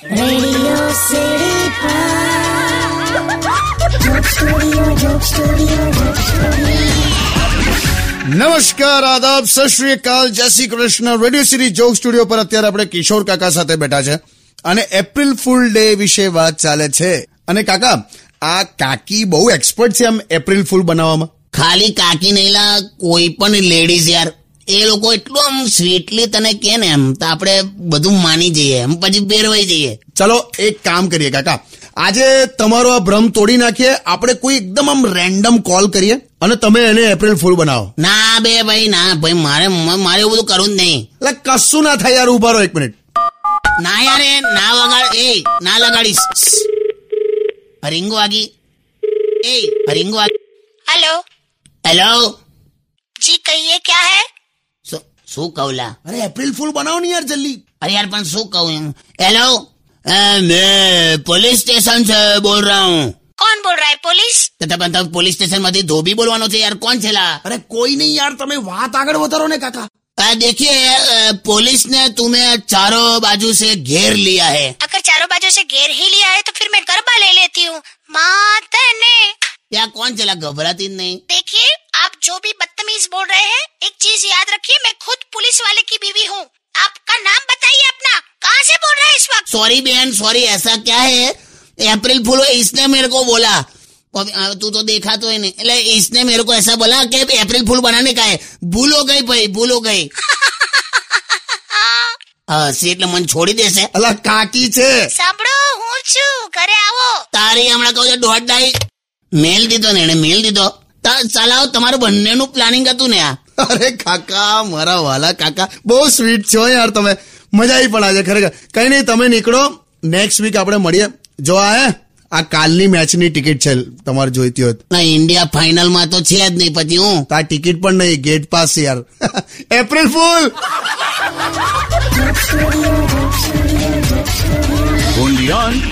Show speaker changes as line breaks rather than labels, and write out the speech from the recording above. Radio City Pod. Joke Studio, Joke Studio, Joke Studio.
નમસ્કાર આદાબ સત શ્રી અકાલ જય Shri Krishna radio city joke studio પર અત્યારે આપણે કિશોર કાકા સાથે બેઠા છે અને એપ્રિલ ફૂલ ડે વિશે વાત ચાલે છે અને કાકા આ કાકી બહુ એક્સપર્ટ છે આમ એપ્રિલ ફૂલ બનાવવામાં
ખાલી કાકી નહીલા કોઈ પણ લેડીઝ યાર એ લોકો એટલું આમ સ્વીટલી તને કે ને એમ તો આપણે બધું માની જઈએ એમ પછી ફેરવાઈ જઈએ
ચલો એક કામ કરીએ કાકા આજે તમારો આ ભ્રમ તોડી નાખીએ આપણે કોઈ એકદમ આમ રેન્ડમ કોલ કરીએ અને તમે એને એપ્રિલ ફૂલ બનાવો
ના બે ભાઈ ના ભાઈ મારે મ- મારે એવું બધું કરવું જ નહીં
એટલે કશું ના થાય યાર ઉભા રહો એક મિનિટ
ના યાર એ ના વગાડ એ ના લગાડીશ હરિંગો વાગી એ હરિંગો વાગી
हेलो
હેલો
जी कहिए क्या है
શું શું કહું લા
અરે એપ્રિલ ફૂલ બનાવો ને યાર જલ્દી
અરે યાર પણ શું કહું એમ હેલો અ, મેં પોલીસ સ્ટેશન સે બોલ રહા હું
कौन बोल रहा है पुलिस
તો તમે તમે પોલીસ સ્ટેશન માંથી ધોબી બોલવાનો છે યાર કોણ છે લા
અરે કોઈ નહીં યાર તમે વાત આગળ વધારો ને કાકા
आ, देखिए अ, पुलिस ने तुम्हें चारों बाजू से घेर लिया है
अगर चारों बाजू से घेर ही लिया है तो फिर मैं गरबा ले लेती हूँ मातने
या कौन चला घबराती नहीं
देखिए आप जो भी बदतमीज बोल रहे हैं एक चीज याद रखिए मैं खुद पुलिस वाले की बीवी हूँ आपका नाम बताइए अपना कहाँ से बोल रहे हैं इस वक्त
सॉरी बहन सॉरी ऐसा क्या है अप्रैल फूल इसने मेरे को बोला अब, आ, तू तो देखा तो है नहीं ले, इसने मेरे को ऐसा बोला कि अप्रैल फूल बनाने का है भूल हो गई भाई भूल हो गई हाँ, હા સી એટલે મને છોડી દેશે
અલા કાકી છે
સાંભળો હું છું ઘરે આવો
તારી હમણાં કહું છું દોઢ ડાઈ મેલ દીધો ને એને મેલ દીધો તા- ચલાવ તમારું બંનેનું પ્લાનિંગ હતું ને આ
અરે કાકા મારા વાલા કાકા બહુ સ્વીટ છો યાર તમે મજા આવી પણ આજે ખરેખર કઈ નહીં તમે નીકળો નેક્સ્ટ વીક આપણે મળીએ જો આ હે, આ કાલની મેચની ટિકિટ છે તમારે જોઈતી હોય તો
ના ઇન્ડિયા ફાઇનલ માં તો છે જ નહીં પછી હું
તો આ ટિકિટ પણ નહીં ગેટ પાસ યાર એપ્રિલ ફૂલ
Undion.